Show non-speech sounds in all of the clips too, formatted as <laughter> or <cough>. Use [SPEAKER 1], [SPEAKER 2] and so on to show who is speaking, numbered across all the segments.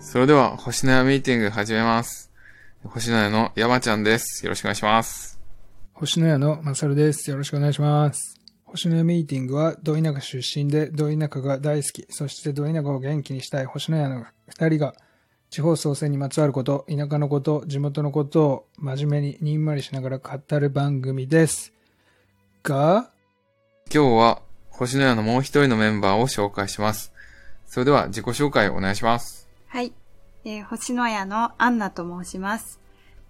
[SPEAKER 1] それでは、星のやミーティング始めます。星のやの山ちゃんです。よろしくお願いします。
[SPEAKER 2] 星の屋のマサルです。よろしくお願いします。星の屋ミーティングは、ど田舎出身で、ど田舎が大好き、そしてど田舎を元気にしたい星の屋の二人が、地方創生にまつわること、田舎のこと、地元のことを真面目ににんまりしながら語る番組です。が、
[SPEAKER 1] 今日は、星のやのもう一人のメンバーを紹介します。それでは、自己紹介をお願いします。
[SPEAKER 3] はい。えー星の屋のアンナと申します。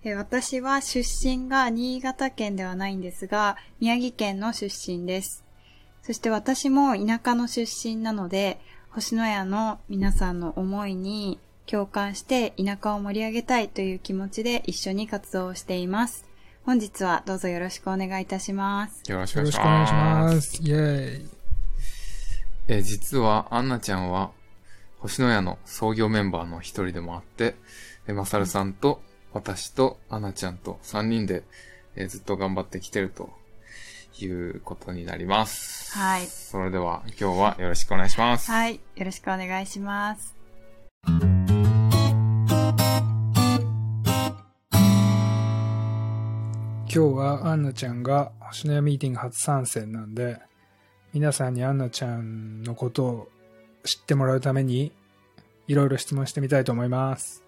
[SPEAKER 3] えー私は出身が新潟県ではないんですが、宮城県の出身です。そして私も田舎の出身なので、星の屋の皆さんの思いに共感して田舎を盛り上げたいという気持ちで一緒に活動をしています。本日はどうぞよろしくお願いいたします。
[SPEAKER 1] よろしくお
[SPEAKER 2] よ
[SPEAKER 1] 願
[SPEAKER 2] ろ
[SPEAKER 1] い
[SPEAKER 2] し
[SPEAKER 1] し
[SPEAKER 2] くお願
[SPEAKER 1] ま
[SPEAKER 2] い
[SPEAKER 1] す。
[SPEAKER 2] します。イェーイ。
[SPEAKER 1] えー実は、アンナちゃんは、星の屋の創業メンバーの一人でもあって、えーマサルさんと、私と、アンナちゃんと3人で、えーずっと頑張ってきてるということになります。
[SPEAKER 3] はい
[SPEAKER 1] それでは、今日はよろしくお願いします。
[SPEAKER 3] はい。よろしくお願いします。
[SPEAKER 2] 今日はアンナちゃんが星のやミーティング初参戦なんで皆さんにアンナちゃんのことを知ってもらうためにいろいろ質問してみたいと思います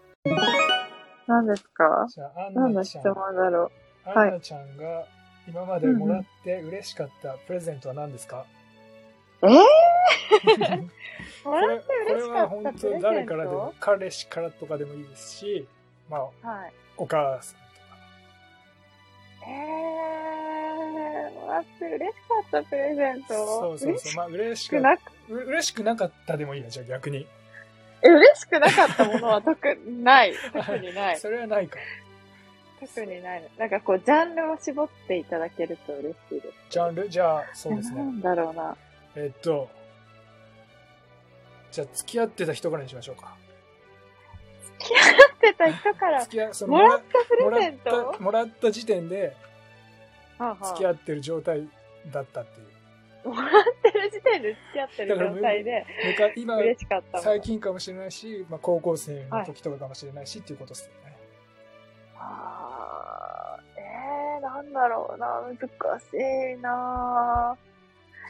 [SPEAKER 4] 何ですか
[SPEAKER 2] じゃあア
[SPEAKER 4] 何の質問だろはい
[SPEAKER 2] アンナちゃんが今までもらって嬉しかったプレゼントは何ですか、
[SPEAKER 4] うえ
[SPEAKER 2] こ
[SPEAKER 4] もら
[SPEAKER 2] れ
[SPEAKER 4] って
[SPEAKER 2] これ
[SPEAKER 4] 嬉しか
[SPEAKER 2] は
[SPEAKER 4] っ
[SPEAKER 2] 本
[SPEAKER 4] たプ
[SPEAKER 2] 当
[SPEAKER 4] レゼント
[SPEAKER 2] 誰からでも彼氏からとかでもいいですしまあ
[SPEAKER 4] ー、はい。
[SPEAKER 2] お母さんとか
[SPEAKER 4] えー、もらって嬉しかったプレゼント
[SPEAKER 2] そうそう
[SPEAKER 4] 嬉
[SPEAKER 2] そう
[SPEAKER 4] し
[SPEAKER 2] まあ嬉し
[SPEAKER 4] く
[SPEAKER 2] く
[SPEAKER 4] なく、
[SPEAKER 2] う嬉しくなかったでもいいやじゃあ逆に
[SPEAKER 4] え嬉しくなかったものは特にない。特にない。
[SPEAKER 2] それはないか
[SPEAKER 4] 特にない。なんかこう、ジャンルを絞っていただけると嬉しいです。
[SPEAKER 2] ジャンルじゃあそうですね
[SPEAKER 4] なんだろうな。
[SPEAKER 2] えっと、じゃあ付き合ってた人からにしましょうか。
[SPEAKER 4] 食ってた人から
[SPEAKER 2] 付き合その
[SPEAKER 4] もらったプ
[SPEAKER 2] も
[SPEAKER 4] レ
[SPEAKER 2] ら
[SPEAKER 4] ゼ
[SPEAKER 2] っ
[SPEAKER 4] ント
[SPEAKER 2] たもらった時点で付き
[SPEAKER 4] っ
[SPEAKER 2] 合ってる状態だったっていう。
[SPEAKER 4] もらってる時点で付き合ってる状態で
[SPEAKER 2] むか今
[SPEAKER 4] 嬉しかったもの。
[SPEAKER 2] 最近かもしれないし、まあ、高校生の時とかかもしれないし、っていうことですよね。
[SPEAKER 4] あーえー、なんだろうな、難しいな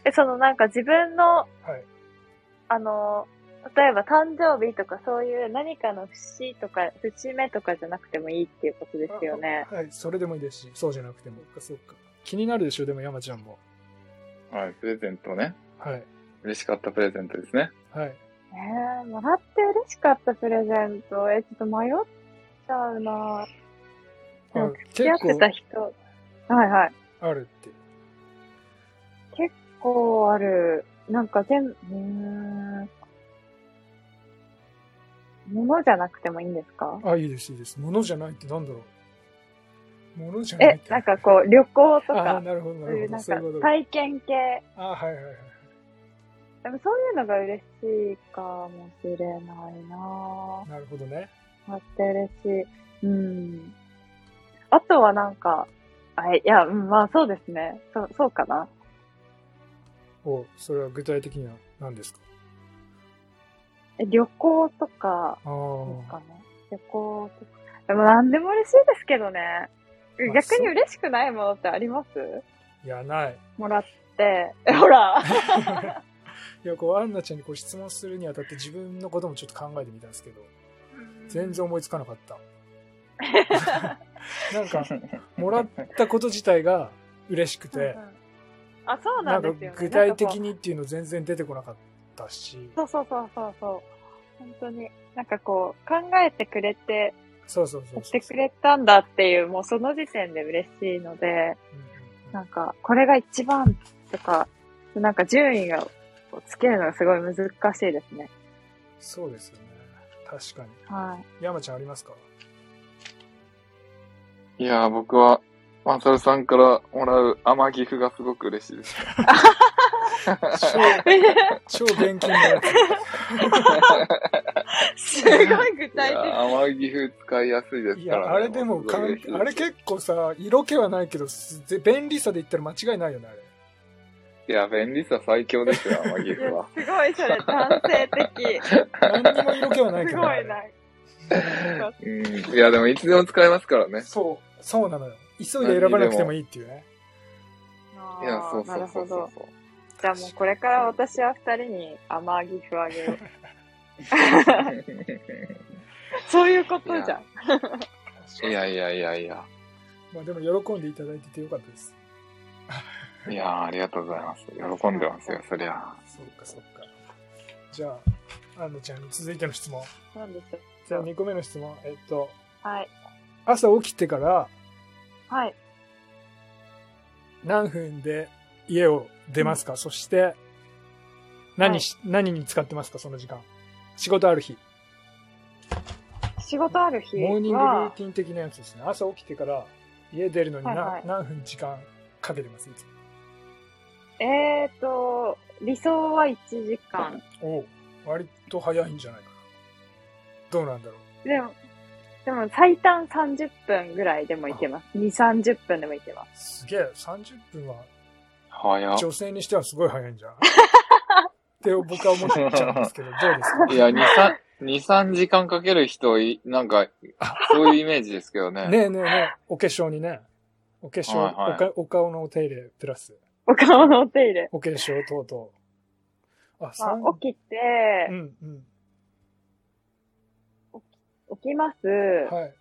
[SPEAKER 4] え、そのなんか自分の、
[SPEAKER 2] はい。
[SPEAKER 4] あの、例えば誕生日とかそういう何かの節とか、節目とかじゃなくてもいいっていうことですよね。
[SPEAKER 2] あはい、それでもいいですし、そうじゃなくても。そうか。気になるでしょ、でも山ちゃんも。
[SPEAKER 1] はい、プレゼントね。
[SPEAKER 2] はい。
[SPEAKER 1] 嬉しかったプレゼントですね。
[SPEAKER 2] はい。
[SPEAKER 4] えー、もらって嬉しかったプレゼント。え、ちょっと迷っちゃうなでも
[SPEAKER 2] あ
[SPEAKER 4] 付き合
[SPEAKER 2] 結
[SPEAKER 4] って
[SPEAKER 2] 構
[SPEAKER 4] た人。はいはい。
[SPEAKER 2] あるって。
[SPEAKER 4] 結構ある。なんか全部、うーん。物じゃなくてもいいんですか
[SPEAKER 2] あ、いいです、いいです。物じゃないってなんだろう。物じゃないっ
[SPEAKER 4] え
[SPEAKER 2] て。、
[SPEAKER 4] なんかこう、旅行と
[SPEAKER 2] あー
[SPEAKER 4] か、
[SPEAKER 2] なるほど、
[SPEAKER 4] そ
[SPEAKER 2] な
[SPEAKER 4] うい
[SPEAKER 2] る
[SPEAKER 4] う
[SPEAKER 2] ほど。
[SPEAKER 4] なん
[SPEAKER 2] そう
[SPEAKER 4] か
[SPEAKER 2] いうことか。
[SPEAKER 4] 体験系。
[SPEAKER 2] あー、はいはいはい。
[SPEAKER 4] でもそういうのが嬉しいかもしれないなぁ。
[SPEAKER 2] なるほどね。
[SPEAKER 4] 待って嬉しい。うん。あとはなんか、あいや、うん、まあそうですね。そう、そうかな。
[SPEAKER 2] おそれは具体的には何ですか
[SPEAKER 4] え旅行と
[SPEAKER 2] あ
[SPEAKER 4] か、ですか
[SPEAKER 2] あ。
[SPEAKER 4] ね。旅行とか。でも何でも嬉しいですけどね。
[SPEAKER 2] あ
[SPEAKER 4] 逆
[SPEAKER 2] そう
[SPEAKER 4] に嬉しくないものってあります
[SPEAKER 2] いや、ない。
[SPEAKER 4] もらって。え、ほら
[SPEAKER 2] いや、こう、アンナちゃんにこう質問するにあたって自分のこともちょっと考えてみたんですけど、 <laughs> 全然思いつかなか
[SPEAKER 4] <laughs>
[SPEAKER 2] った。なんか、もらったこと自体が嬉しく
[SPEAKER 4] うんう
[SPEAKER 2] て、
[SPEAKER 4] んあ、そう
[SPEAKER 2] なん
[SPEAKER 4] なん
[SPEAKER 2] か
[SPEAKER 4] ですよね。
[SPEAKER 2] 具体
[SPEAKER 4] なんかこ
[SPEAKER 2] 的
[SPEAKER 4] う
[SPEAKER 2] にっていうの全然出てこなかったし、
[SPEAKER 4] そうそうそうそうそう。本当に。なんかこう、考えてくれて、
[SPEAKER 2] そうそうそう
[SPEAKER 4] やっ
[SPEAKER 2] そう
[SPEAKER 4] てくれたんだっていう、もうその時点で嬉しいので、
[SPEAKER 2] うんうんうん
[SPEAKER 4] なんか、これが一番とか、なんか順位が、つけるのがすごい難しいですね。
[SPEAKER 2] そうですよね。確かに。
[SPEAKER 4] はい。
[SPEAKER 2] 山ちゃんありますか
[SPEAKER 1] いやー、僕は、マサルさんからもらう甘ギフがすごく嬉しい
[SPEAKER 4] <laughs>
[SPEAKER 1] です。
[SPEAKER 2] 超、超現金のやつ。
[SPEAKER 4] <laughs> すごい具
[SPEAKER 1] い
[SPEAKER 4] 体
[SPEAKER 1] やー甘ギフ使いやすいで
[SPEAKER 2] い
[SPEAKER 1] すから、ね。
[SPEAKER 2] や、あれでもかん、
[SPEAKER 1] すごい嬉しい
[SPEAKER 2] あれ結構さ、色気はないけど、すぜ便利さで言ったら間違いないよね、あれ。
[SPEAKER 1] いや、便利さ最強です
[SPEAKER 2] <laughs>
[SPEAKER 4] <laughs>
[SPEAKER 1] よ、甘ギ
[SPEAKER 4] 的。い
[SPEAKER 1] フは。
[SPEAKER 4] やすごい、それ、男性的。す
[SPEAKER 2] 何にも色気はないけど、 <laughs>
[SPEAKER 4] ご
[SPEAKER 2] ね。
[SPEAKER 4] いな。
[SPEAKER 1] うん。いや、でもいつでも使えますからね。
[SPEAKER 2] そう、そうなのよ。急いで選ばなくてもいいっていうね。
[SPEAKER 4] あ
[SPEAKER 1] い
[SPEAKER 4] ー
[SPEAKER 1] や、そう
[SPEAKER 4] な
[SPEAKER 1] そ
[SPEAKER 4] る
[SPEAKER 1] うそ
[SPEAKER 4] ほ
[SPEAKER 1] うそう。。
[SPEAKER 4] ど
[SPEAKER 1] そう
[SPEAKER 4] じゃあもうこれから私は二人に甘ギフあげよう。そういうことじゃん。
[SPEAKER 1] <laughs> いやいやいやいや。
[SPEAKER 2] まあでも喜んでいただいててよかったです。
[SPEAKER 1] いやーありがとうございます。喜んでますよ、そりゃ。
[SPEAKER 2] そうか、そうか。じゃあ、アンナちゃん、続いての質問。
[SPEAKER 4] なんでしょう
[SPEAKER 2] じゃあ2個目の質問。えっと、
[SPEAKER 4] はい。
[SPEAKER 2] 朝起きてから
[SPEAKER 4] はい。
[SPEAKER 2] 何分で家を出ますか、そして、何し、何に使ってますかその時間。仕事ある日。
[SPEAKER 4] 仕事ある日
[SPEAKER 2] モーニングルー
[SPEAKER 4] は、
[SPEAKER 2] ティン的なやつですね。朝起きてから家出るのに何,、
[SPEAKER 4] はいはい
[SPEAKER 2] 何分時間かけてますいつも
[SPEAKER 4] えーと、理想は1時間。
[SPEAKER 2] おう割と早いんじゃないかな。どうなんだろ
[SPEAKER 4] でも、でも最短30分ぐらいでもいけます。2、30分でもいけま
[SPEAKER 2] う。すげえ、30分は
[SPEAKER 1] 早っ。
[SPEAKER 2] 女性にしてはすごい早いんじゃん。って僕は思っちゃうんです
[SPEAKER 1] <laughs>
[SPEAKER 2] けど、どうですか
[SPEAKER 1] いや、2、3、2、3時間かける人い、なんか、そういうイメージですけどね。
[SPEAKER 2] ねえねえねえ、お化粧にね、お化粧、
[SPEAKER 1] はいはい
[SPEAKER 2] おかお顔のお手入れプラス、
[SPEAKER 4] す。お顔のお手入れ。
[SPEAKER 2] お化粧等々。あ、
[SPEAKER 4] まあ
[SPEAKER 2] 三う
[SPEAKER 4] 起きて、
[SPEAKER 2] んうん。
[SPEAKER 4] 起きます。
[SPEAKER 2] はい。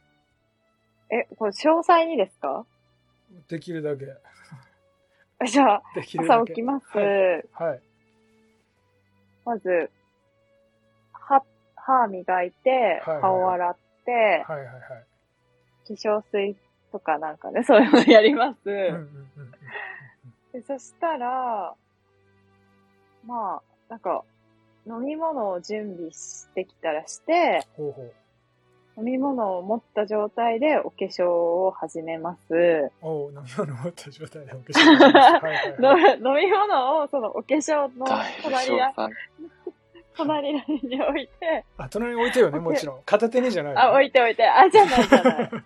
[SPEAKER 4] え、これ詳細にですか
[SPEAKER 2] できるだけ。
[SPEAKER 4] じゃあ、
[SPEAKER 2] できるだけ。
[SPEAKER 4] 朝起きます。
[SPEAKER 2] はい。はい。
[SPEAKER 4] まず、歯、歯磨いて
[SPEAKER 2] はいはい、
[SPEAKER 4] 顔洗って、
[SPEAKER 2] はいはいは
[SPEAKER 4] 化粧水とかなんかね、そういうのやります。
[SPEAKER 2] い。うんうんうんうん。
[SPEAKER 4] でそしたら、まあ、なんか、飲み物を準備してきたらして、
[SPEAKER 2] ほうほう。
[SPEAKER 4] 飲み物を持った状態でお化粧を始めます。
[SPEAKER 2] おう、飲み物持った状態でお化粧をします。はいはい
[SPEAKER 4] の <laughs>
[SPEAKER 2] はい。
[SPEAKER 4] 飲み物を、そのお化粧の
[SPEAKER 1] だいぶ
[SPEAKER 4] 隣
[SPEAKER 1] 詳
[SPEAKER 4] や、
[SPEAKER 1] 細。
[SPEAKER 4] 隣に置いて、
[SPEAKER 2] あ、隣に置いてよね、もちろん。片手にじゃないよね。
[SPEAKER 4] あ、置いて置いて、あ、じゃないじゃな
[SPEAKER 2] <laughs>
[SPEAKER 4] い。
[SPEAKER 2] そう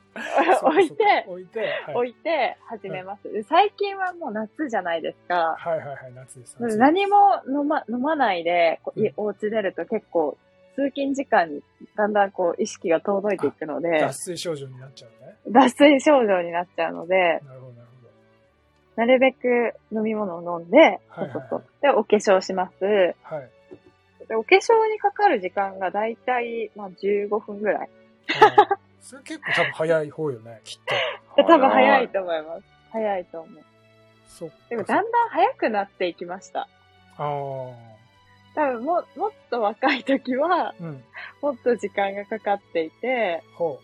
[SPEAKER 2] か
[SPEAKER 4] 置いて、
[SPEAKER 2] 置いて、はい
[SPEAKER 4] 置いて始めます。で最近はもう夏じゃないですか。
[SPEAKER 2] はいはいはい、夏です。夏です
[SPEAKER 4] 何も飲ま飲まないで、こう
[SPEAKER 2] うん
[SPEAKER 4] いお家出ると結構、通勤時間にだんだんこう意識が遠のいていくので
[SPEAKER 2] 脱、水症状になっちゃうね。
[SPEAKER 4] 脱水症状になっちゃうの
[SPEAKER 2] な
[SPEAKER 4] で、
[SPEAKER 2] るほど、なるほど。
[SPEAKER 4] なるべく飲み物を飲んで、
[SPEAKER 2] はいはい
[SPEAKER 4] そそそで、お化粧します。で、
[SPEAKER 2] はい。
[SPEAKER 4] お化粧にかかる時間がだいたい、まあ、15分ぐらい。 <laughs>
[SPEAKER 2] うんそれ結構多分早い方よね、きっと。
[SPEAKER 4] で多分早いと思います。早いと思う。
[SPEAKER 2] そっか。
[SPEAKER 4] でもだんだん早くなっていきました。
[SPEAKER 2] ああ。
[SPEAKER 4] 多分も、もっと若い時は、
[SPEAKER 2] うん。
[SPEAKER 4] もっと時間がかかっていて、
[SPEAKER 2] ほ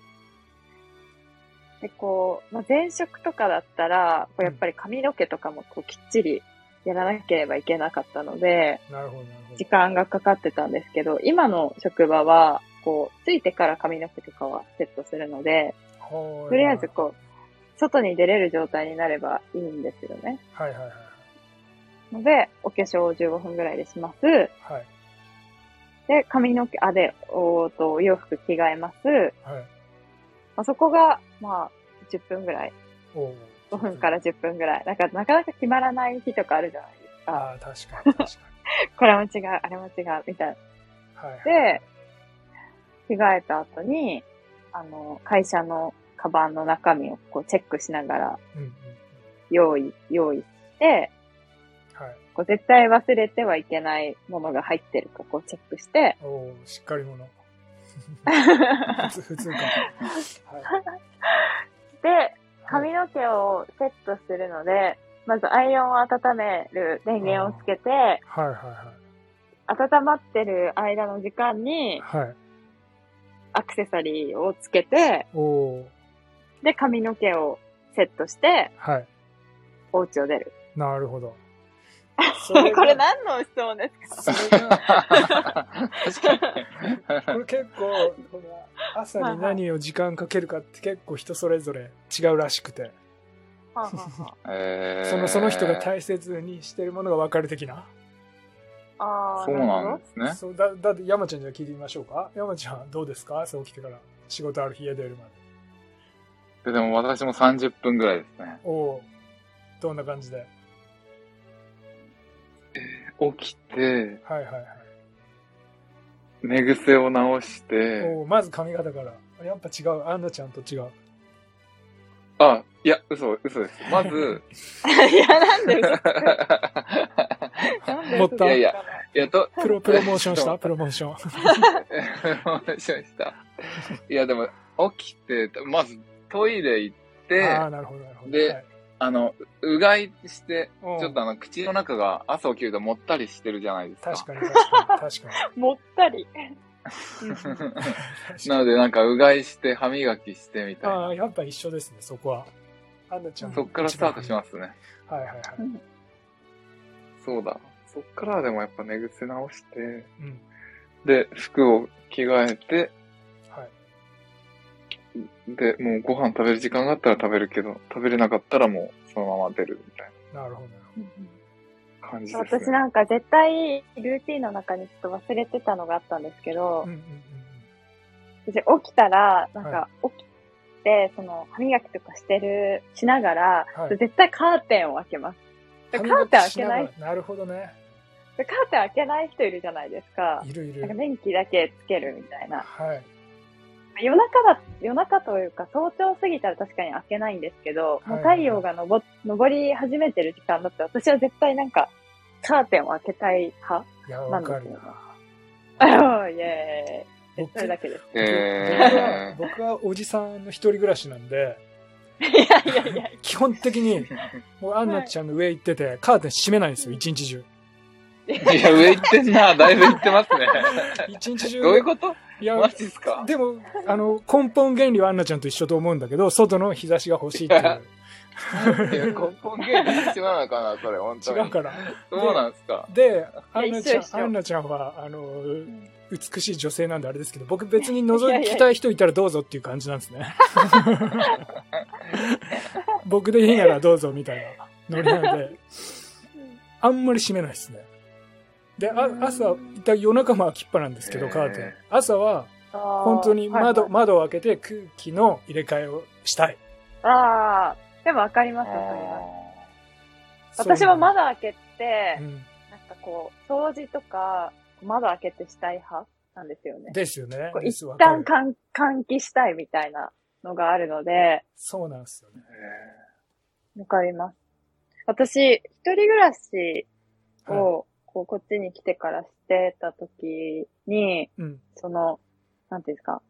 [SPEAKER 4] で、こう、まあ、前職とかだったら、こうやっぱり髪の毛とかもこうきっちりやらなければいけなかったので、
[SPEAKER 2] う。なるほど、なるほ
[SPEAKER 4] 時
[SPEAKER 2] ど。
[SPEAKER 4] 間がかかってたんですけど、今の職場は、こう、ついてから髪の毛とかはセットするので、
[SPEAKER 2] ほう
[SPEAKER 4] とりあえずこう、外に出れる状態になればいいんですよね。
[SPEAKER 2] はいはいはい。
[SPEAKER 4] ので、お化粧を15分ぐらいでします。
[SPEAKER 2] はい。
[SPEAKER 4] で、髪の毛、あ、で、おーっと、お洋服着替えます。
[SPEAKER 2] はい。
[SPEAKER 4] まあ、そこが、まあ、10分ぐらい。
[SPEAKER 2] おう
[SPEAKER 4] 5分から10分ぐらい。なんか、なかなか決まらない日とかあるじゃないですか。
[SPEAKER 2] ああ、確かに、確かに。
[SPEAKER 4] これも違う、あれも違う、みたいな。
[SPEAKER 2] はいはい。
[SPEAKER 4] で、着替えた後に、あの、会社のカバンの中身をこうチェックしながら
[SPEAKER 2] うんうんうん。
[SPEAKER 4] 用意、用意して、
[SPEAKER 2] はい。
[SPEAKER 4] こう絶対忘れてはいけないものが入ってるかこうチェッ
[SPEAKER 2] <laughs>
[SPEAKER 4] クして、
[SPEAKER 2] おおしっかり者。普通、
[SPEAKER 4] <laughs>
[SPEAKER 2] 普通か。はい。
[SPEAKER 4] で、髪の毛をセットするので、まずアイロンを温める電源をつけて、
[SPEAKER 2] はいはい
[SPEAKER 4] 温まってる間の時間に
[SPEAKER 2] はい。はい。
[SPEAKER 4] アクセサリーをつけて、
[SPEAKER 2] おお
[SPEAKER 4] で、髪の毛をセットして、
[SPEAKER 2] はい。
[SPEAKER 4] お家を出る。
[SPEAKER 2] なるほ
[SPEAKER 4] <laughs>
[SPEAKER 2] ど。
[SPEAKER 4] これ何の質問ですか
[SPEAKER 2] それが
[SPEAKER 1] 確かに。
[SPEAKER 2] <laughs> これ結構この朝に何を時間かけるかって結構人それぞれ違うらしくて
[SPEAKER 4] はあはあはあ
[SPEAKER 1] えー
[SPEAKER 2] そのその人が大切にしてるものが分かる的な、
[SPEAKER 4] あー
[SPEAKER 1] そうなんですね。
[SPEAKER 2] そうだだって山ちゃんじゃあ聞いてみましょうか山ちゃんどうですか朝起きてから仕事ある日家出るまで
[SPEAKER 1] ででも私も30分ぐらいですね。
[SPEAKER 2] おおうどんな感じで
[SPEAKER 1] 起きて、
[SPEAKER 2] はいはいはい
[SPEAKER 1] 寝癖を直して、
[SPEAKER 2] おーまず髪型から。やっぱ違う。アンナちゃんと違う。
[SPEAKER 1] あ、いや、嘘、嘘です。まず、 <laughs>
[SPEAKER 4] いや、なんで嘘つくなんで嘘つく
[SPEAKER 2] 持ったいや
[SPEAKER 1] いや
[SPEAKER 4] かな
[SPEAKER 1] えっと、 <laughs>
[SPEAKER 2] プロ、プロモーションしたプロモーション。
[SPEAKER 1] 話しました。いや、でも、起きて、まずトイレ行って、
[SPEAKER 2] ああ、
[SPEAKER 1] あ
[SPEAKER 2] なるほど、なるほど。
[SPEAKER 1] で
[SPEAKER 2] はい
[SPEAKER 1] の、うがいして、
[SPEAKER 2] うん
[SPEAKER 1] ちょっとあの、口の中が朝起きるともったりしてるじゃないですか。
[SPEAKER 2] 確
[SPEAKER 1] <laughs>
[SPEAKER 2] かに、確かに、確か
[SPEAKER 4] もったり。
[SPEAKER 2] に。
[SPEAKER 1] なので、なんか、うがいして、歯磨きしてみたい
[SPEAKER 2] あ
[SPEAKER 1] な。
[SPEAKER 2] あ、やっぱ一緒ですね、そこは。アンナちゃん
[SPEAKER 1] そっからスタートしますね。
[SPEAKER 2] す。はいはいはい。
[SPEAKER 1] そうだ。そっからでもやっぱ寝癖直して、
[SPEAKER 2] うん。
[SPEAKER 1] で、服を着替えて、
[SPEAKER 2] はい。
[SPEAKER 1] で、もうご飯食べる時間があったら食べるけど、食べれなかったらもうそのまま出るみたい
[SPEAKER 2] なるほど。
[SPEAKER 1] な感じです
[SPEAKER 4] 私
[SPEAKER 1] ね。
[SPEAKER 4] なんか絶対ルーティンの中にちょっと忘れてたのがあったんですけど
[SPEAKER 2] うん、うん
[SPEAKER 4] 私起きたら、なん
[SPEAKER 2] は
[SPEAKER 4] か起きて、その歯磨きとかしてる、しながら、
[SPEAKER 2] はい
[SPEAKER 4] 絶対カーテンを開けます。
[SPEAKER 2] うんう
[SPEAKER 4] で
[SPEAKER 2] ん。
[SPEAKER 4] カーテン開けない
[SPEAKER 2] 髪の毛しがらなるほどね。
[SPEAKER 4] でカーテン開けない人いるじゃないですか。
[SPEAKER 2] いるい
[SPEAKER 4] なんか
[SPEAKER 2] る。
[SPEAKER 4] 電気だけつけるみたいな。
[SPEAKER 2] はい。
[SPEAKER 4] 夜中だ、夜中というか早朝過ぎたら確かに開けないんですけど、もう太陽が昇昇り始めてる時間だって私は絶対なんかカーテンを開けたい派
[SPEAKER 2] いや、
[SPEAKER 4] な
[SPEAKER 2] わ
[SPEAKER 4] んです
[SPEAKER 2] か
[SPEAKER 4] よ
[SPEAKER 2] る
[SPEAKER 4] ね
[SPEAKER 2] な。。
[SPEAKER 4] ああ <laughs> イエーイ。
[SPEAKER 2] 僕
[SPEAKER 4] それだけです。
[SPEAKER 1] え
[SPEAKER 2] 僕は僕はおじさんの一人暮らしなんで、
[SPEAKER 4] いやいやいや。
[SPEAKER 2] 基本的
[SPEAKER 4] <laughs>
[SPEAKER 2] に、もうアンナちゃんの上行ってて、カーテン閉めないんですよ、一日中。
[SPEAKER 1] ー。いや、上行ってんな。だいぶ行ってますね。
[SPEAKER 2] 一日中。
[SPEAKER 1] どういうこと
[SPEAKER 2] いや
[SPEAKER 1] マジっすか
[SPEAKER 2] でも、あの、根本原理はアンナちゃんと一緒と思うんだけど、外の日差しが欲しいってい
[SPEAKER 1] いや、根本原理違うのか <laughs> な、それ、本当
[SPEAKER 2] う。違う
[SPEAKER 1] に。
[SPEAKER 2] から。
[SPEAKER 1] そうなんですか。
[SPEAKER 2] で、アンナちゃん
[SPEAKER 4] 一緒一、緒
[SPEAKER 2] アンナちゃんは、あの、美しい女性なんであれですけど、僕別に覗きたい人いたらどうぞっていう感じなんです
[SPEAKER 4] <laughs>
[SPEAKER 2] ね。僕でいいならどうぞみたいなノリなんで、あんまり閉めないですね。で、あ朝、一旦夜中も開きっぱなんですけど、
[SPEAKER 1] へー
[SPEAKER 2] カーテン。朝は、
[SPEAKER 4] 本
[SPEAKER 2] 本当に窓、窓を開けて空気の入れ替えをしたい。
[SPEAKER 4] ああ、でもわかります、わかりま
[SPEAKER 1] あ
[SPEAKER 4] す。私は
[SPEAKER 2] ま
[SPEAKER 4] 窓開けて
[SPEAKER 2] う、ん、
[SPEAKER 4] なんかこう、掃除とか、窓開けてしたい派なんですよね。
[SPEAKER 2] ですよね
[SPEAKER 4] こ。う
[SPEAKER 2] です
[SPEAKER 4] 一
[SPEAKER 2] わか
[SPEAKER 4] 旦
[SPEAKER 2] る
[SPEAKER 4] 換換気したいみたいなのがあるので、
[SPEAKER 2] そうなんですよね。
[SPEAKER 4] わかります。私、一人暮らし
[SPEAKER 2] は
[SPEAKER 4] を、こう、こっちに来てからしてた時に、
[SPEAKER 2] い、うん。
[SPEAKER 4] その、なんていうんですか、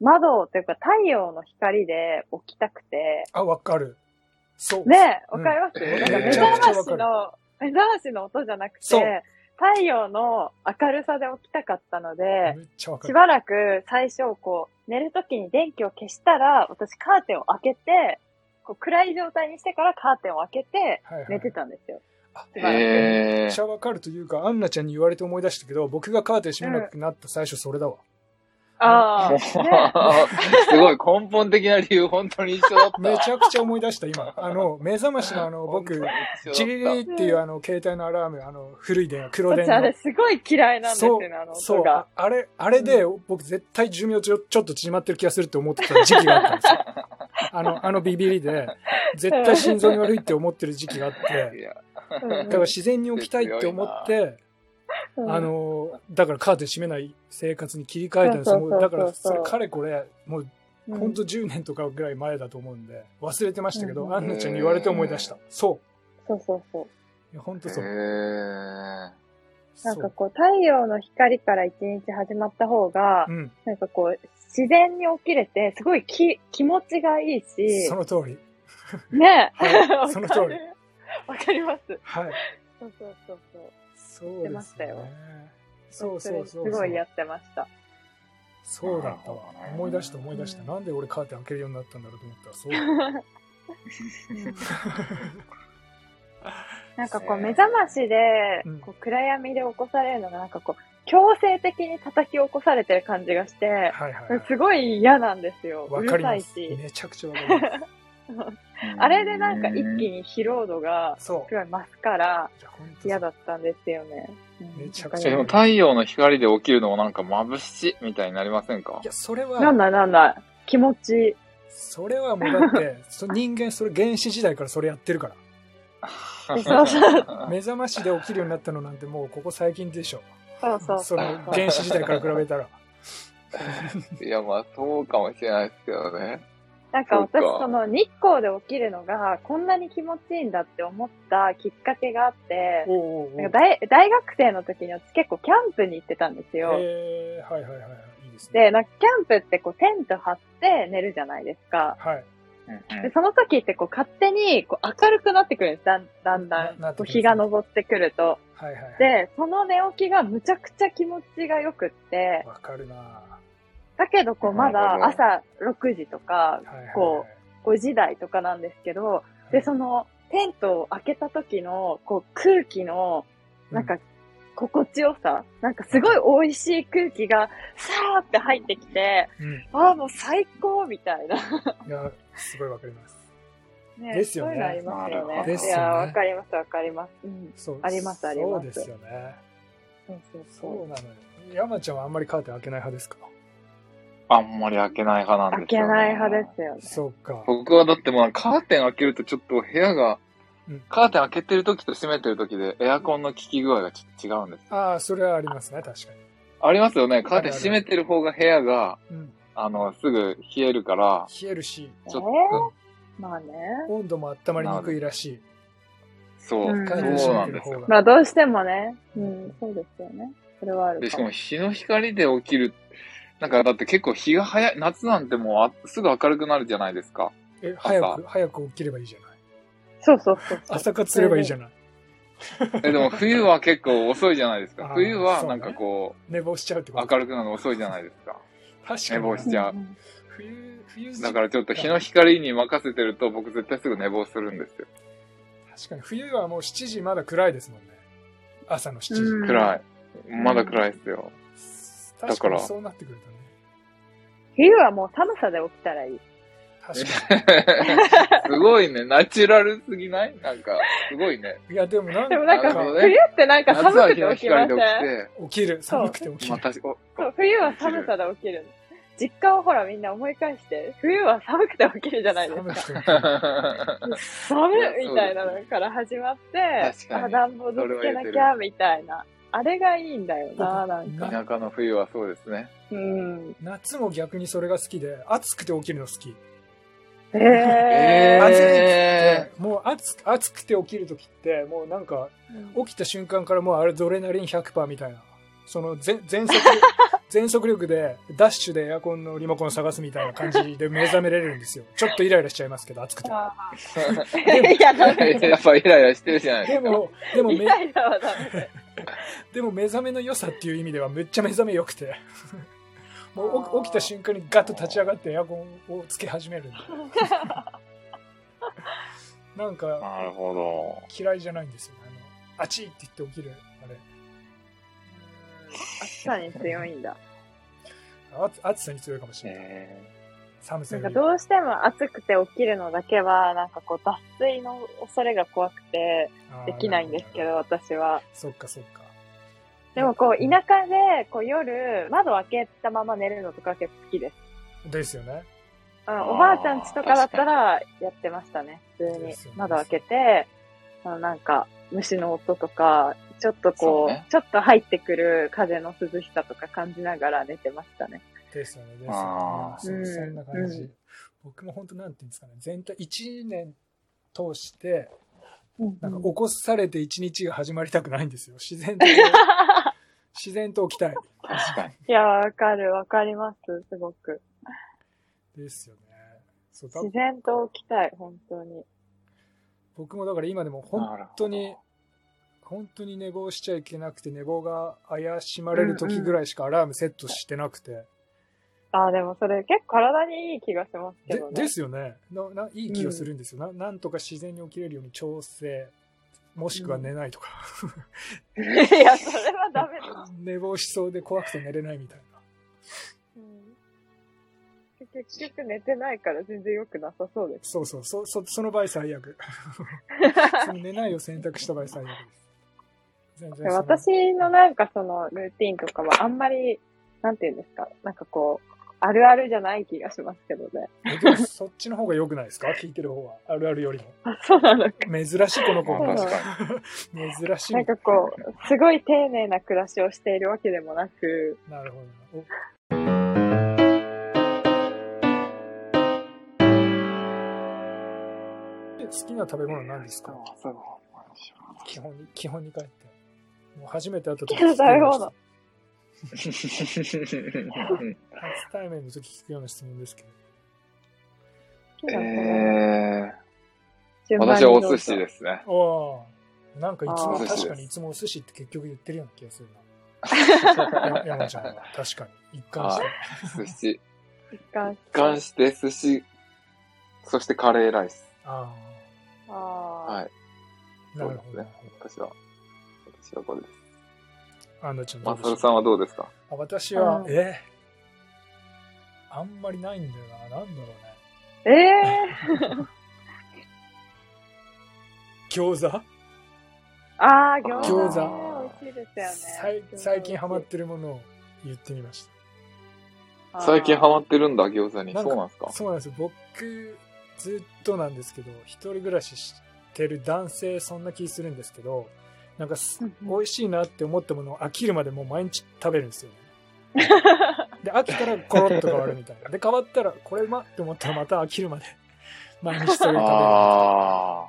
[SPEAKER 4] 窓というか太陽の光で起きたくて、
[SPEAKER 2] あ、わかる。そう。
[SPEAKER 4] ねえ、わかります、
[SPEAKER 1] うん
[SPEAKER 4] なんか目
[SPEAKER 1] めち
[SPEAKER 4] 覚
[SPEAKER 1] ゃ
[SPEAKER 2] くちゃ
[SPEAKER 4] ましの、目覚ましの音じゃなくて
[SPEAKER 2] そう、
[SPEAKER 4] 太陽の明るさで起きたかったので、
[SPEAKER 2] めっちゃわか
[SPEAKER 4] し
[SPEAKER 2] る。
[SPEAKER 4] ばらく最初、こう、寝るときに電気を消したら、私カーテンを開けて、こう暗い状態にしてからカーテンを開けて
[SPEAKER 2] はいはい
[SPEAKER 4] 寝てたんですよ。
[SPEAKER 1] へ
[SPEAKER 4] しばらく
[SPEAKER 2] め
[SPEAKER 1] え
[SPEAKER 2] っちゃわかるというか、アンナちゃんに言われて思い出したけど、僕がカーテン閉めなくなった最初それだわ。 <laughs>
[SPEAKER 4] ああ、
[SPEAKER 1] ー。 <laughs> すごい、根本的な理由、本当に一緒だった。
[SPEAKER 2] めちゃくちゃ思い出した、今。あの、
[SPEAKER 4] <laughs>
[SPEAKER 2] 目覚ましのあの、僕、
[SPEAKER 1] 本当に一緒だった
[SPEAKER 2] ジリリリっていうあの、携帯のアラーム、あの、古い電話、黒電
[SPEAKER 4] 私あれ
[SPEAKER 2] 話。
[SPEAKER 4] すごい嫌いなんですよね、あの
[SPEAKER 2] そう
[SPEAKER 4] 音、が
[SPEAKER 2] あ。あれ、あれで、僕絶対寿命ちょちょっと縮まってる気がするって思ってた時期があったんですよ。
[SPEAKER 4] <laughs>
[SPEAKER 2] あの、あのビビりで、絶対心臓に悪いって思ってる時期があって。
[SPEAKER 1] いや
[SPEAKER 4] うんうん
[SPEAKER 2] だから自然に起きたいって思って、
[SPEAKER 4] うん
[SPEAKER 2] あの、だからカーテン閉めない生活に切り替えたんです
[SPEAKER 4] そう
[SPEAKER 2] よ。も
[SPEAKER 4] そうそうう
[SPEAKER 2] だから、
[SPEAKER 4] そ
[SPEAKER 2] そうれ、かれこれ、もう、
[SPEAKER 4] うん
[SPEAKER 2] ほんと10年とかぐらい前だと思うんで、忘れてましたけど、
[SPEAKER 4] うん
[SPEAKER 2] アンナちゃんに言われて思い出した。そう
[SPEAKER 4] そうそうそう。。
[SPEAKER 2] いやほんとそう。
[SPEAKER 1] へ
[SPEAKER 4] な
[SPEAKER 2] そ
[SPEAKER 4] んか
[SPEAKER 2] う。
[SPEAKER 4] こう、太陽の光から一日始まった方が、
[SPEAKER 2] うん。
[SPEAKER 4] なんかこう、自然に起きれて、すごいき気持ちがいいし
[SPEAKER 2] そ、の通
[SPEAKER 4] <laughs>
[SPEAKER 2] り。
[SPEAKER 4] ねえ、
[SPEAKER 2] はい
[SPEAKER 4] わか
[SPEAKER 2] その
[SPEAKER 4] る
[SPEAKER 2] 通り。
[SPEAKER 4] わかります。
[SPEAKER 2] はい。
[SPEAKER 4] そうそうそうそう。
[SPEAKER 2] そう
[SPEAKER 4] やって
[SPEAKER 2] で
[SPEAKER 4] ますしたよ
[SPEAKER 2] ね。そうそうそう。
[SPEAKER 4] れすごいやってました。
[SPEAKER 2] そうだったわ
[SPEAKER 1] なるほど。ね
[SPEAKER 2] 思い出した思い出した。
[SPEAKER 4] うん
[SPEAKER 2] なんで俺カーテン開けるようになったんだろうと思ったら、そうだ。
[SPEAKER 4] なんかこう目覚ましで
[SPEAKER 2] うん
[SPEAKER 4] こう暗闇で起こされるのがなんかこう強制的に叩き起こされてる感じがして、
[SPEAKER 2] はいは
[SPEAKER 4] <laughs>
[SPEAKER 2] いはい。
[SPEAKER 4] すごい嫌なんですよ。う
[SPEAKER 2] わ
[SPEAKER 4] る
[SPEAKER 2] かり
[SPEAKER 4] さ
[SPEAKER 2] ま
[SPEAKER 4] い
[SPEAKER 2] す。
[SPEAKER 4] し。
[SPEAKER 2] めちゃくちゃわかりま
[SPEAKER 1] ー
[SPEAKER 4] あれでなんか一気に疲労度が
[SPEAKER 2] す。
[SPEAKER 4] <laughs>
[SPEAKER 2] そう
[SPEAKER 4] す。ごい増すから
[SPEAKER 2] いやほんとそう
[SPEAKER 4] 嫌だったんですよね。うん
[SPEAKER 2] めちゃく
[SPEAKER 1] え
[SPEAKER 2] ち
[SPEAKER 1] で
[SPEAKER 2] ゃ
[SPEAKER 1] も太陽の光で起きるのもなんか眩しいみたいになりませんか
[SPEAKER 2] いや、それ
[SPEAKER 4] <laughs> なん
[SPEAKER 2] は、
[SPEAKER 4] ないなんない。気持
[SPEAKER 2] <laughs>
[SPEAKER 4] ちいい。
[SPEAKER 2] それはもうだ
[SPEAKER 4] <laughs>
[SPEAKER 2] って、そ人間、それ原始時代からそれやってるから。
[SPEAKER 4] そうそう。
[SPEAKER 2] 目覚ましで起きるようになったのなんてもうここ最近でしょ。
[SPEAKER 4] そうそう
[SPEAKER 2] そ
[SPEAKER 4] そう。
[SPEAKER 2] の原始時代から比べた
[SPEAKER 4] <laughs>
[SPEAKER 2] ら。
[SPEAKER 1] <laughs> いや、まあ、そうかもしれないですけどね。
[SPEAKER 4] なんか私
[SPEAKER 1] そうか
[SPEAKER 4] その日光で起きるのがこんなに気持ちいいんだって思ったきっかけがあって、
[SPEAKER 2] おうおうおう
[SPEAKER 4] なんか大大学生の時に私結構キャンプに行ってたんですよ。
[SPEAKER 2] えー、はいはいはいはい。いいですね。
[SPEAKER 4] で、なんかキャンプってこうテント張って寝るじゃないですか。
[SPEAKER 2] はい。
[SPEAKER 4] で、その時ってこう勝手にこう明るくなってくるんです。だんだんだん。
[SPEAKER 2] ななってく
[SPEAKER 4] こう
[SPEAKER 2] る
[SPEAKER 4] 日が昇ってくると。
[SPEAKER 2] はいはいはい。
[SPEAKER 4] で、その寝起きがむちゃくちゃ気持ちが良くって、
[SPEAKER 2] わかるなは
[SPEAKER 4] だけどこうま
[SPEAKER 1] なるほ
[SPEAKER 4] だ
[SPEAKER 1] ど
[SPEAKER 4] 朝6時とか
[SPEAKER 2] いはいはい。
[SPEAKER 4] こ5時台とかなんですけど、で、そのテントを開けた時のこう空気の
[SPEAKER 2] う、
[SPEAKER 4] なんか心地よさ、なんかすごい美味しい空気がさーって入ってきて、
[SPEAKER 2] うん。
[SPEAKER 4] ああ、もう最高みたいな。
[SPEAKER 2] いや、すごいわかります。
[SPEAKER 4] ね
[SPEAKER 2] ですよね
[SPEAKER 4] そういうのありますよ
[SPEAKER 1] なるほ
[SPEAKER 4] ね。
[SPEAKER 1] ど
[SPEAKER 2] です
[SPEAKER 4] い
[SPEAKER 2] よね
[SPEAKER 4] や、わかります、わかります。うん。
[SPEAKER 2] そう
[SPEAKER 4] ありますあり
[SPEAKER 2] そ
[SPEAKER 4] ます
[SPEAKER 2] うですよね。
[SPEAKER 4] そうそう
[SPEAKER 2] そう
[SPEAKER 4] そう。
[SPEAKER 2] なのよ。山ちゃんはあんまりカーテン開けない派ですか
[SPEAKER 1] あんまり開けない派なん
[SPEAKER 4] 開
[SPEAKER 1] ですよ、ね。
[SPEAKER 4] けない派ですよね。
[SPEAKER 2] そうか。
[SPEAKER 1] 僕はだってまあカーテン開けるとちょっと部屋が
[SPEAKER 2] うん、
[SPEAKER 1] カーテン開けてる時と閉めてる時でエアコンの効き具合がちょっと違うんです。
[SPEAKER 2] ああ、それはありますね、確か
[SPEAKER 1] ありますよね。カー
[SPEAKER 2] ある
[SPEAKER 1] テン
[SPEAKER 2] ある
[SPEAKER 1] 閉めてる方が部屋が、
[SPEAKER 2] に。うん。
[SPEAKER 1] あの、すぐ冷えるから、
[SPEAKER 2] 冷えるし、
[SPEAKER 1] ちょっ
[SPEAKER 4] え
[SPEAKER 1] と、
[SPEAKER 4] まあね。
[SPEAKER 2] 温度も温まりにくいらしい。
[SPEAKER 1] そう、
[SPEAKER 4] うん
[SPEAKER 1] そ
[SPEAKER 2] カ
[SPEAKER 1] う
[SPEAKER 2] ーテン閉
[SPEAKER 1] なん
[SPEAKER 2] めてる
[SPEAKER 1] です
[SPEAKER 2] 方
[SPEAKER 1] よ。
[SPEAKER 2] が。
[SPEAKER 4] まあどうしてもね。うん、そうですよね。それはある
[SPEAKER 1] で、し
[SPEAKER 4] か
[SPEAKER 1] か
[SPEAKER 4] も
[SPEAKER 1] も。日の光で起きる、なんかだって結構日が早い、夏なんてもうあすぐ明るくなるじゃないですか。
[SPEAKER 2] え、早く、早く起きればいいじゃない。
[SPEAKER 4] そうそうそうそう。
[SPEAKER 2] 朝活すればいいじゃない。
[SPEAKER 1] え、でも冬は結構遅いじゃないです
[SPEAKER 2] あ
[SPEAKER 4] <laughs>
[SPEAKER 1] か
[SPEAKER 2] ー。
[SPEAKER 1] 冬はなんかこ
[SPEAKER 2] 寝坊しちゃうって
[SPEAKER 1] う、
[SPEAKER 2] こと
[SPEAKER 1] 明るくなるの遅いじゃないですか。
[SPEAKER 2] 確かに。
[SPEAKER 1] 寝坊し
[SPEAKER 4] うん
[SPEAKER 1] じゃあ
[SPEAKER 4] うん
[SPEAKER 2] 冬、冬時
[SPEAKER 1] だからちょっと日の光に任せてると僕絶対すぐ寝坊するんですよ。
[SPEAKER 2] 確かに、冬はもう7時まだ暗いですもんね。朝の7時。
[SPEAKER 4] うん
[SPEAKER 1] 暗い。まだ暗いですよ。 <laughs>
[SPEAKER 2] 確かにそうなってくるとね。
[SPEAKER 4] 冬はもう寒さで起きたらいい。
[SPEAKER 2] 確かに。
[SPEAKER 1] すごいね。ナチュラルすぎないなんか、すごいね。
[SPEAKER 2] いや、でもなん
[SPEAKER 4] でもな
[SPEAKER 1] な
[SPEAKER 4] んか、
[SPEAKER 1] るほどね
[SPEAKER 4] 冬ってなんか
[SPEAKER 1] 夏
[SPEAKER 4] 寒
[SPEAKER 1] は
[SPEAKER 4] く
[SPEAKER 1] 日
[SPEAKER 4] て
[SPEAKER 1] の
[SPEAKER 4] 起きま
[SPEAKER 1] 光
[SPEAKER 4] せ
[SPEAKER 1] で
[SPEAKER 4] ん
[SPEAKER 1] 起き
[SPEAKER 2] 起きる。寒くて起き
[SPEAKER 4] <laughs>
[SPEAKER 1] て、
[SPEAKER 2] る。
[SPEAKER 1] またし、お
[SPEAKER 4] そう、冬は寒さで起きる。実家をほらみんな思い返して、冬は寒くて起きるじゃないです
[SPEAKER 2] 寒
[SPEAKER 4] か。
[SPEAKER 2] くて起きる。
[SPEAKER 4] 寒いみたいなのから始まって、
[SPEAKER 1] 確かに
[SPEAKER 4] あ、暖房ずつけなきゃみたいな。あれがいいんだよな、なんか。
[SPEAKER 1] 田舎の冬はそうです
[SPEAKER 2] <laughs>
[SPEAKER 1] ね。
[SPEAKER 4] うん。
[SPEAKER 2] 夏も逆にそれが好きで、暑くて起きるの好き。
[SPEAKER 4] え
[SPEAKER 1] え
[SPEAKER 2] 暑いっつっ
[SPEAKER 1] え
[SPEAKER 2] て、もう暑く暑くて起きるときって、もうなんか、起きた瞬間からもうアドレナリン100%みたいな。その全全速
[SPEAKER 4] <laughs>
[SPEAKER 2] 力全速力で、ダッシュでエアコンのリモコンを探すみたいな感じで目覚めれるんですよ。ちょっとイライラしちゃいますけど、暑くて。
[SPEAKER 4] ー、いや、ダメ。
[SPEAKER 1] やっぱイライラしてるじゃないで
[SPEAKER 2] です
[SPEAKER 1] か。
[SPEAKER 2] も、でもめ
[SPEAKER 4] イライラはダメ。
[SPEAKER 2] でも目覚めの良さっていう意味ではめっちゃ目覚め良く
[SPEAKER 4] <laughs>
[SPEAKER 2] ても
[SPEAKER 4] あ
[SPEAKER 2] う
[SPEAKER 4] ー
[SPEAKER 2] お起きた瞬間にガッと立ち上がってエアコンをつけ始めるんで
[SPEAKER 4] <laughs>
[SPEAKER 2] なんか
[SPEAKER 1] なるほど。
[SPEAKER 2] 嫌いじゃないんですよねあのあちいって言って起きるあれ
[SPEAKER 4] 暑さに強いんだ。
[SPEAKER 2] あ暑さに強いかもしれない、
[SPEAKER 1] え
[SPEAKER 2] 寒さ
[SPEAKER 4] なん
[SPEAKER 2] よ
[SPEAKER 4] か
[SPEAKER 2] り
[SPEAKER 4] どうしても暑くて起きるのだけは、なんかこう脱水の恐れが怖くて
[SPEAKER 2] あー
[SPEAKER 4] できないんですけど、
[SPEAKER 2] なるほ
[SPEAKER 4] 私は。
[SPEAKER 2] そっかそっか
[SPEAKER 4] でもこう田舎でこう夜窓開けたまま寝るのとか結構好きです。
[SPEAKER 2] ですよね
[SPEAKER 4] うん
[SPEAKER 1] あー
[SPEAKER 4] おばあちゃん家とかだったらやってましたね。普通
[SPEAKER 2] そうで
[SPEAKER 4] に
[SPEAKER 2] すよね
[SPEAKER 4] 窓開けて、あのなんか虫の音とか、ちょっとこ
[SPEAKER 1] そう
[SPEAKER 4] う、
[SPEAKER 1] ね
[SPEAKER 4] ちょっと入ってくる風の涼しさとか感じながら寝てましたね。
[SPEAKER 2] ですよねですよね
[SPEAKER 1] あ
[SPEAKER 2] そ
[SPEAKER 4] ー
[SPEAKER 2] うそんな感じ、
[SPEAKER 4] うん
[SPEAKER 2] 僕も本当なんていうんですかね全体1年通してなんか
[SPEAKER 4] う
[SPEAKER 2] 起こされて一日が始まりたくないんですよ。自然 <laughs> と、自然と起きたい。
[SPEAKER 1] ー、確かに。
[SPEAKER 4] いや、わかる、わかります、すごく。
[SPEAKER 2] ですよね。そうだ
[SPEAKER 4] 自然と起きたい、本当に。
[SPEAKER 2] 僕もだから今でも本当に、本当に寝坊しちゃいけなくて、寝坊が怪しまれる時ぐらいしかアラームセットしてなくて。
[SPEAKER 4] ああ、でもそれ結構体にいい気がしますけ
[SPEAKER 2] で
[SPEAKER 4] どね。
[SPEAKER 2] ですよねなないい気がするんですよ、な。なんとか自然に起きれるように調整、もしくは寝ないとか。
[SPEAKER 4] <laughs>
[SPEAKER 2] <laughs>
[SPEAKER 4] いや、それはダメだ。
[SPEAKER 2] 寝坊しそうで怖くて寝れないみたいな。
[SPEAKER 4] うん結局寝てないから全然良くなさそうです。
[SPEAKER 2] そうそう、そそその場合最悪。 <laughs> その寝ないを選択した場合最悪です。全然
[SPEAKER 4] で
[SPEAKER 2] その
[SPEAKER 4] 私のなんかそのルーティンとかはあんまり、なんていうんですか、なんかこう、あるあるじゃない気がしますけどね。
[SPEAKER 2] えでもそっちの方が良くないですか聞いてる方は。あるあるよりも。
[SPEAKER 4] あ、そうなのか。
[SPEAKER 2] 珍しい、この子
[SPEAKER 1] まあ
[SPEAKER 4] う
[SPEAKER 1] 確か
[SPEAKER 2] 珍しい。
[SPEAKER 4] なんかこう、すごい丁寧な暮らしをしているわけでもなく、
[SPEAKER 2] なるほど。お好きな食べ物は何ですか基本に、基本に帰って。もう初めて会った時
[SPEAKER 4] 好 <laughs> きな食べ物
[SPEAKER 2] 初
[SPEAKER 1] に。
[SPEAKER 2] 対面の時聞くような質問ですけど。
[SPEAKER 4] 好きなもの
[SPEAKER 1] えー、
[SPEAKER 4] 順番
[SPEAKER 1] 私
[SPEAKER 4] に
[SPEAKER 1] はお寿司
[SPEAKER 4] どう
[SPEAKER 1] で
[SPEAKER 4] ぞ
[SPEAKER 1] すね。
[SPEAKER 2] ああ、なんかいつも、
[SPEAKER 4] あー
[SPEAKER 2] 確かにいつもお寿司って結局言ってるような気がするな。や
[SPEAKER 4] <laughs>
[SPEAKER 2] 山ちゃんは、確かに。一貫して。
[SPEAKER 1] 寿司。一
[SPEAKER 4] 一貫して
[SPEAKER 1] 貫して寿司、そしてカレーライス。
[SPEAKER 2] あ
[SPEAKER 4] あ
[SPEAKER 1] はい。
[SPEAKER 2] あ、なるほど。なるほど
[SPEAKER 1] 私は、私はこれです。
[SPEAKER 2] あのちゃんどう
[SPEAKER 1] マサ
[SPEAKER 2] でしょう
[SPEAKER 1] ルさんはどうですか
[SPEAKER 2] あ私は
[SPEAKER 4] う、ん
[SPEAKER 2] えあんまりないんだよな。なんだろうね。
[SPEAKER 4] ー。えー、
[SPEAKER 2] 餃子
[SPEAKER 4] あー、餃子。
[SPEAKER 2] 餃子
[SPEAKER 4] 美味しいですよね。
[SPEAKER 2] さい最近ハマってるものを言ってみまし
[SPEAKER 4] あー
[SPEAKER 1] 最近ハマってるんだ、餃子に。
[SPEAKER 2] なん
[SPEAKER 1] そ
[SPEAKER 2] か
[SPEAKER 1] うなんですか
[SPEAKER 2] た。そうなんですよ。僕、ずっとなんですけど、一人暮らししてる男性、そんな気するんですけど、なんかす、
[SPEAKER 4] うんうん
[SPEAKER 2] 美味しいなって思ったものを飽きるまでもう毎日食べるんですよ、
[SPEAKER 4] <laughs>
[SPEAKER 2] で、飽きたらコロッと変わるみたいな。で、変わったら、これうまって思ったらまた飽きるまで、毎日それを食べるみたいな。
[SPEAKER 1] ああ、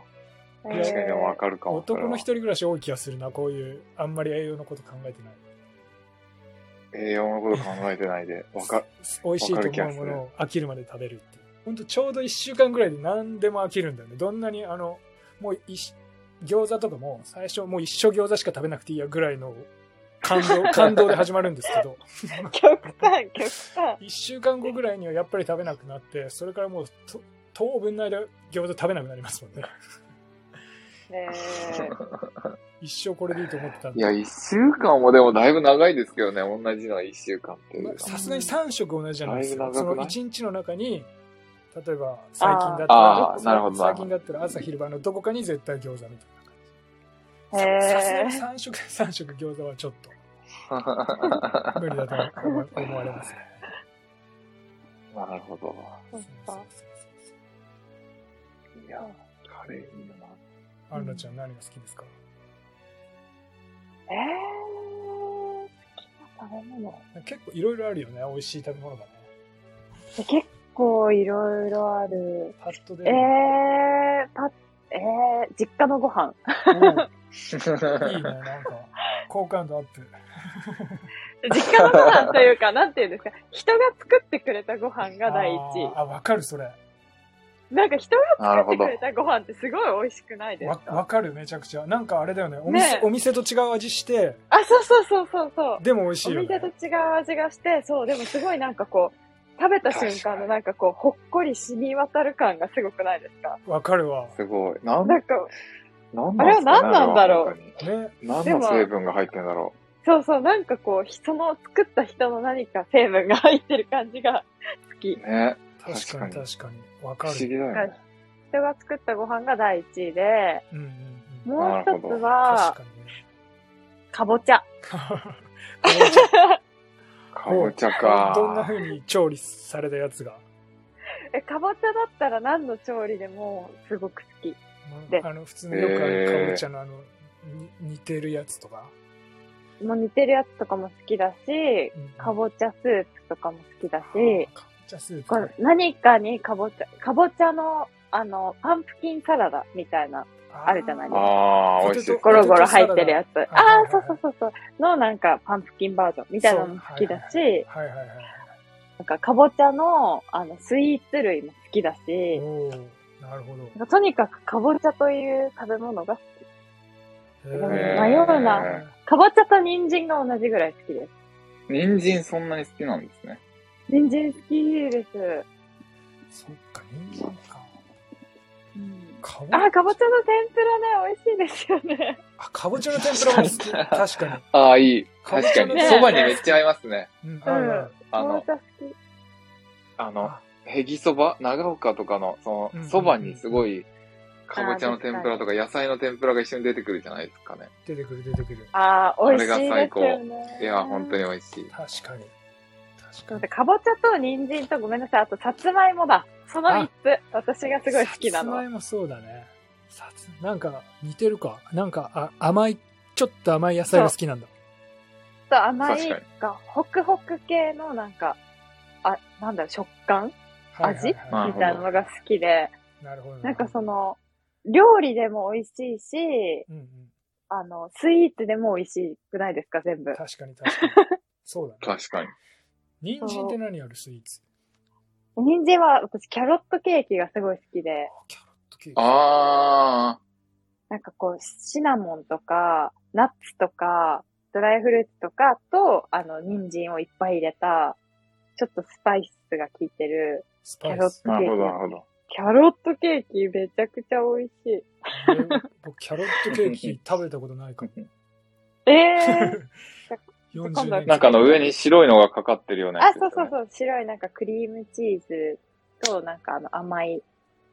[SPEAKER 1] 確かにわかるかも。それ
[SPEAKER 2] 男
[SPEAKER 1] は
[SPEAKER 2] の一人暮らし多い気がするな、こういう、あんまり栄養のこと考えてない。
[SPEAKER 1] 栄養のこと考えてないで。わか、
[SPEAKER 2] 美味しいと思うものを飽きるまで食べるっていう。ほんとちょうど1週間ぐらいで何でも飽きるんだよね。どんなにあの、もう一、餃子とかも最初もう一生餃子しか食べなくていいやぐらいの感
[SPEAKER 1] <laughs>
[SPEAKER 2] 動、感動で始まるんですけど、
[SPEAKER 4] 極端、極 <laughs> 端。
[SPEAKER 2] 1週間後ぐらいにはやっぱり食べなくなって、それからもうと当分の間餃子食べなくなりますもんね。
[SPEAKER 4] ねえ。
[SPEAKER 2] 一生これでいいと思ってた
[SPEAKER 1] <laughs>
[SPEAKER 2] ん
[SPEAKER 1] い
[SPEAKER 2] で。
[SPEAKER 1] や、一週間もでもだいぶ長いですけどね、同じのは一週間っていう
[SPEAKER 2] まあ
[SPEAKER 1] の
[SPEAKER 2] さすがに3食同じじゃないです
[SPEAKER 1] だい
[SPEAKER 2] か。
[SPEAKER 1] ぶ長
[SPEAKER 2] そ
[SPEAKER 1] く
[SPEAKER 2] の
[SPEAKER 1] ない
[SPEAKER 2] 1日の中に、例えば最近だった
[SPEAKER 1] あーあ
[SPEAKER 2] ら、
[SPEAKER 1] ーなるほどなるほ
[SPEAKER 2] 最
[SPEAKER 1] ど
[SPEAKER 2] 近だったら朝昼晩のどこかに絶対餃子みたいな感じ。さすが
[SPEAKER 4] へ
[SPEAKER 2] に
[SPEAKER 4] ー
[SPEAKER 2] 3食、 <laughs> 三食餃子はちょっ
[SPEAKER 1] が
[SPEAKER 2] と無理だと思う思われますね。
[SPEAKER 1] なるほど。
[SPEAKER 4] そっか
[SPEAKER 1] いや、カレーいいよな。
[SPEAKER 2] アンナちゃん何が好きですか
[SPEAKER 4] えー、好きな食べ物。
[SPEAKER 2] 結構いろいろあるよね、美味しい食べ物がね。
[SPEAKER 4] 結構いろいろある。
[SPEAKER 2] パッとで
[SPEAKER 4] え。ー、た、えー、実家のご飯。
[SPEAKER 2] いいね、なんか、好感度アップ。
[SPEAKER 4] 実家のご飯というか、なんていうんですか、人が作ってくれたご飯が第一。
[SPEAKER 2] あー、あわかる、それ。
[SPEAKER 4] なんか人が
[SPEAKER 1] <laughs> なる
[SPEAKER 4] 作
[SPEAKER 1] ほ
[SPEAKER 4] って
[SPEAKER 1] ど
[SPEAKER 4] く。れたご飯ってすごい美味しくないです
[SPEAKER 2] わ
[SPEAKER 4] か
[SPEAKER 2] わかる、めちゃくちゃ。なんかあれだよね、お店
[SPEAKER 4] ねえ
[SPEAKER 2] お店と違う味して、
[SPEAKER 4] あ、そうそうそうそうそう。
[SPEAKER 2] でも美味し
[SPEAKER 4] お
[SPEAKER 2] いよ
[SPEAKER 4] 店
[SPEAKER 2] ね
[SPEAKER 4] と。違う味がして、そう、でもすごいなんかこう、食べた瞬間のなんかこう、ほっこり染み渡る感がすごくないですか
[SPEAKER 2] わかるわ。
[SPEAKER 1] すごい。なん、
[SPEAKER 4] な
[SPEAKER 1] なん
[SPEAKER 4] か、
[SPEAKER 1] ん
[SPEAKER 4] あれは何なんだろう
[SPEAKER 1] う。
[SPEAKER 2] ね。
[SPEAKER 1] 何の成分が入ってんだろ
[SPEAKER 4] そうそう、なんかこう、その作った人の何か成分が入ってる感じが <laughs> 好き
[SPEAKER 1] う。。ね。
[SPEAKER 2] 確か
[SPEAKER 1] 確
[SPEAKER 2] に
[SPEAKER 1] かに
[SPEAKER 2] 確かに。わ
[SPEAKER 1] 不
[SPEAKER 2] か
[SPEAKER 1] 思議だ
[SPEAKER 2] る。
[SPEAKER 1] よね。
[SPEAKER 4] 人が作ったご飯が第一位で、
[SPEAKER 2] うんうんうん。
[SPEAKER 4] もう一つ
[SPEAKER 2] 確
[SPEAKER 4] は、
[SPEAKER 2] かにね。 <laughs>
[SPEAKER 4] かぼちゃ。
[SPEAKER 1] かぼちゃ
[SPEAKER 2] どんな
[SPEAKER 1] か。
[SPEAKER 2] 風に調理されたやつが。
[SPEAKER 4] え、かぼちゃだったら何の調理でもすごく好き。で
[SPEAKER 2] あの普通のよくあるかぼちゃのあの、に似てるやつとか、
[SPEAKER 4] もう似てるやつとかも好きだし、か
[SPEAKER 2] ち
[SPEAKER 4] ぼちゃスープとかも好きだし、
[SPEAKER 2] かぼちゃスープ
[SPEAKER 4] これ何かにかぼちゃ、かぼちゃの、あの、パンプキンサラダみたいな、あるじゃないですか
[SPEAKER 1] ああ、美味しい。
[SPEAKER 4] ゴロゴロ入ってるやつ。
[SPEAKER 2] はい
[SPEAKER 4] あ
[SPEAKER 2] はい
[SPEAKER 4] あ、そうそうそうそう。のなんかパンプキンバージョンみたいなのも好きだし、
[SPEAKER 2] はいはいは
[SPEAKER 4] なんかかぼちゃの、あの、スイーツ類も好きだ
[SPEAKER 2] い
[SPEAKER 4] し、
[SPEAKER 2] おおなるほど
[SPEAKER 4] なんかとにかくかぼちゃという食べ物が好き。
[SPEAKER 2] へー
[SPEAKER 4] 迷うなかぼちゃと人参が同じぐらい好きです。
[SPEAKER 1] 人参そんなに好きなんですね。
[SPEAKER 4] 人参好きです。
[SPEAKER 2] そっか人参かかぼ
[SPEAKER 4] あー、かぼちゃの天ぷらね、美味しいですよね。
[SPEAKER 2] あかぼちゃの天ぷらも好き確か
[SPEAKER 1] ああ、いい。
[SPEAKER 2] かぼ
[SPEAKER 1] 確
[SPEAKER 2] ち
[SPEAKER 1] か
[SPEAKER 2] ゃの
[SPEAKER 1] に。
[SPEAKER 2] ね
[SPEAKER 1] そばにめっちゃ合いますね。
[SPEAKER 2] に、うん、あるある
[SPEAKER 1] あ
[SPEAKER 4] かぼ
[SPEAKER 1] の、
[SPEAKER 4] ちゃ好き。
[SPEAKER 1] あの
[SPEAKER 2] あ、
[SPEAKER 1] へぎそば長岡とかの、そ
[SPEAKER 2] うんうんう
[SPEAKER 1] の、
[SPEAKER 2] ん
[SPEAKER 1] そばにすごい、かぼちゃの
[SPEAKER 4] あー確かに
[SPEAKER 1] 天ぷらとか野菜の天ぷらが一緒に出てくるじゃないですかね。
[SPEAKER 2] 出てくる出てくる
[SPEAKER 4] ああ、美味しいです
[SPEAKER 1] これが
[SPEAKER 4] よ
[SPEAKER 1] 最
[SPEAKER 4] ね。
[SPEAKER 1] いや、本当に美味しい。
[SPEAKER 2] 確かに確か
[SPEAKER 4] でかぼちゃと人参とごめんなさい、あとさつまいもだ。その3つ。私がすごい好きな
[SPEAKER 2] さ
[SPEAKER 4] の
[SPEAKER 2] つま
[SPEAKER 4] は。
[SPEAKER 2] いもそうだね。さつなんか似てるか。なんかあ甘い、ちょっと甘い野菜が好きなんだ。
[SPEAKER 4] ちょっと甘い
[SPEAKER 5] 確
[SPEAKER 4] が、ホクホク系のなんか、あ、なんだろう、食感
[SPEAKER 2] はいはいはい
[SPEAKER 5] なる
[SPEAKER 4] み
[SPEAKER 5] ほ
[SPEAKER 4] たいなのが好きで、
[SPEAKER 2] なるほど。
[SPEAKER 4] なんかそ
[SPEAKER 2] の、
[SPEAKER 4] の、料理でも美味しいし、
[SPEAKER 2] うんうん、
[SPEAKER 4] あの、スイーツでも美味しくないですか、全部。
[SPEAKER 2] 確かに確
[SPEAKER 4] <laughs>
[SPEAKER 2] かに。そうだね。
[SPEAKER 5] 確かに。
[SPEAKER 2] 人参って何あるスイーツ
[SPEAKER 4] 人参は私、キャロットケーキがすごい好きで、
[SPEAKER 2] キャロットケーキ。
[SPEAKER 5] あ
[SPEAKER 4] なんかこう、シナモンとか、ナッツとか、ドライフルーツとかと、あの、人参をいっぱい入れた、ちょっとスパイスが効いてる、
[SPEAKER 2] ス
[SPEAKER 4] キ
[SPEAKER 2] パ
[SPEAKER 4] ャ
[SPEAKER 2] イ
[SPEAKER 4] ロッ
[SPEAKER 2] ス
[SPEAKER 5] ー。。なるほど、なるほど。
[SPEAKER 4] キャロットケーキめちゃくちゃ美味しい。
[SPEAKER 2] え僕、キャロットケーキ食べたことないか <laughs> も。
[SPEAKER 4] ええ
[SPEAKER 5] <laughs>
[SPEAKER 2] 40
[SPEAKER 4] <laughs> 今度は
[SPEAKER 2] 年
[SPEAKER 5] なんかあの上に白いのがかかってるような
[SPEAKER 4] あ、
[SPEAKER 5] やつです
[SPEAKER 4] そ
[SPEAKER 5] よ
[SPEAKER 4] う
[SPEAKER 5] ね。
[SPEAKER 4] そうそう。白いなんかクリームチーズと、なんかあの甘い、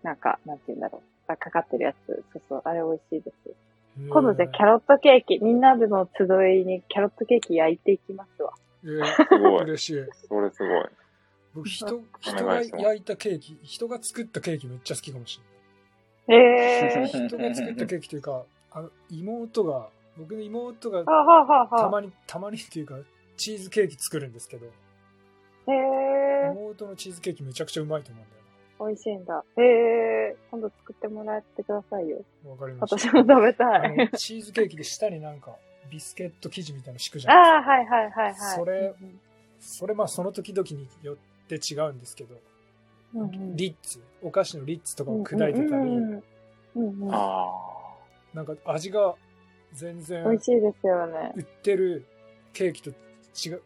[SPEAKER 4] なんか、なんて言うんだろう。がかかってるやつ。そうそう。あれ美味しいです。今度じゃあキャロットケーキ、みんなでの集いにキャロットケーキ焼いていきますわ。
[SPEAKER 2] え
[SPEAKER 5] すご
[SPEAKER 2] ー
[SPEAKER 5] い。
[SPEAKER 2] 嬉しい。
[SPEAKER 5] それすごい。
[SPEAKER 2] <laughs> 僕人、人
[SPEAKER 5] お願
[SPEAKER 2] が
[SPEAKER 5] いします
[SPEAKER 2] 焼いたケーキ、人が作ったケーキめっちゃ好きかもしれない。
[SPEAKER 4] ええ
[SPEAKER 5] <laughs>
[SPEAKER 2] 人が作ったケーキというか、あの妹が、僕の妹が
[SPEAKER 4] ー。はあはあはあ
[SPEAKER 2] た
[SPEAKER 4] はあ。
[SPEAKER 2] まに、たまにっていうか、チーズケーキ作るんですけど、
[SPEAKER 4] ええー。
[SPEAKER 2] 妹のチーズケーキめちゃくちゃうまいと思うんだよ
[SPEAKER 4] 美味しいんだ。ええー。今度作ってもらってくださいよ。
[SPEAKER 2] な。わかりまし
[SPEAKER 4] 私
[SPEAKER 2] た。
[SPEAKER 4] も食べた
[SPEAKER 2] あの
[SPEAKER 4] い。
[SPEAKER 2] チーズケーキで下になんか、ビスケット生地みたいなの敷くじ
[SPEAKER 4] あ
[SPEAKER 2] ゃない
[SPEAKER 4] あ、はいはいはいはい。
[SPEAKER 2] それですか。それまあその時々によって違うんですけど、
[SPEAKER 4] うんうん、
[SPEAKER 2] リッツ、お菓子のリッツとかを砕いてたり、
[SPEAKER 4] うんうんうんうんうん
[SPEAKER 5] あ
[SPEAKER 2] なんか味が全然
[SPEAKER 4] 美味しいですよね。
[SPEAKER 2] 売ってるケーキと違う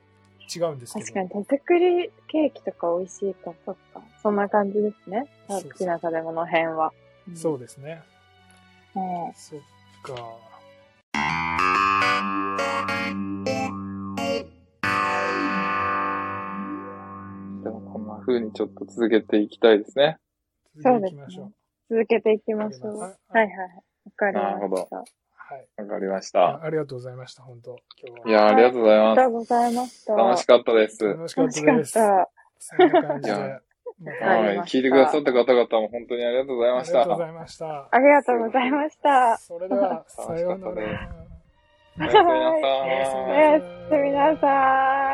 [SPEAKER 2] 違うんですけど。
[SPEAKER 4] 確かに手作りケーキとか美味しいか、そっか。そんな感じですね。
[SPEAKER 2] そ
[SPEAKER 4] 好
[SPEAKER 2] うそう
[SPEAKER 4] きな食べ物編は。
[SPEAKER 2] そうですね。
[SPEAKER 4] ね
[SPEAKER 2] そっか。
[SPEAKER 5] あ。でもこんな風にちょっと続けていきたいですね。
[SPEAKER 2] 続いていきましょう。
[SPEAKER 4] 続けていきましょう。
[SPEAKER 2] わ
[SPEAKER 4] はい
[SPEAKER 2] かりました
[SPEAKER 4] はい。わかりま
[SPEAKER 5] なるほ
[SPEAKER 4] した。あ
[SPEAKER 2] はい。
[SPEAKER 5] わかりまし
[SPEAKER 2] い
[SPEAKER 5] た
[SPEAKER 2] や。ありがとうございました、本当今
[SPEAKER 5] い
[SPEAKER 2] 日は。
[SPEAKER 5] やー、ありがとうござい
[SPEAKER 4] りがと
[SPEAKER 5] ま
[SPEAKER 4] うございました。
[SPEAKER 5] す。楽しかったです。
[SPEAKER 2] 楽しかった
[SPEAKER 4] 楽
[SPEAKER 2] で
[SPEAKER 4] し
[SPEAKER 2] す。
[SPEAKER 4] かっ
[SPEAKER 2] そんな感じで。
[SPEAKER 5] い
[SPEAKER 2] ま
[SPEAKER 5] や
[SPEAKER 2] た
[SPEAKER 4] わか
[SPEAKER 5] は
[SPEAKER 4] り
[SPEAKER 5] い。
[SPEAKER 4] ました
[SPEAKER 5] 聞いてくださった方々も本当にありがとうござい
[SPEAKER 2] あ
[SPEAKER 5] ま
[SPEAKER 2] り
[SPEAKER 5] し
[SPEAKER 2] が
[SPEAKER 5] た。
[SPEAKER 2] とうございました
[SPEAKER 4] た。。ありがとうございました。
[SPEAKER 2] それでは、
[SPEAKER 5] 楽しか
[SPEAKER 2] さ
[SPEAKER 5] ったです
[SPEAKER 2] ようなら。
[SPEAKER 5] おやすみなさ
[SPEAKER 4] お
[SPEAKER 5] ーい
[SPEAKER 4] やすみなさーい。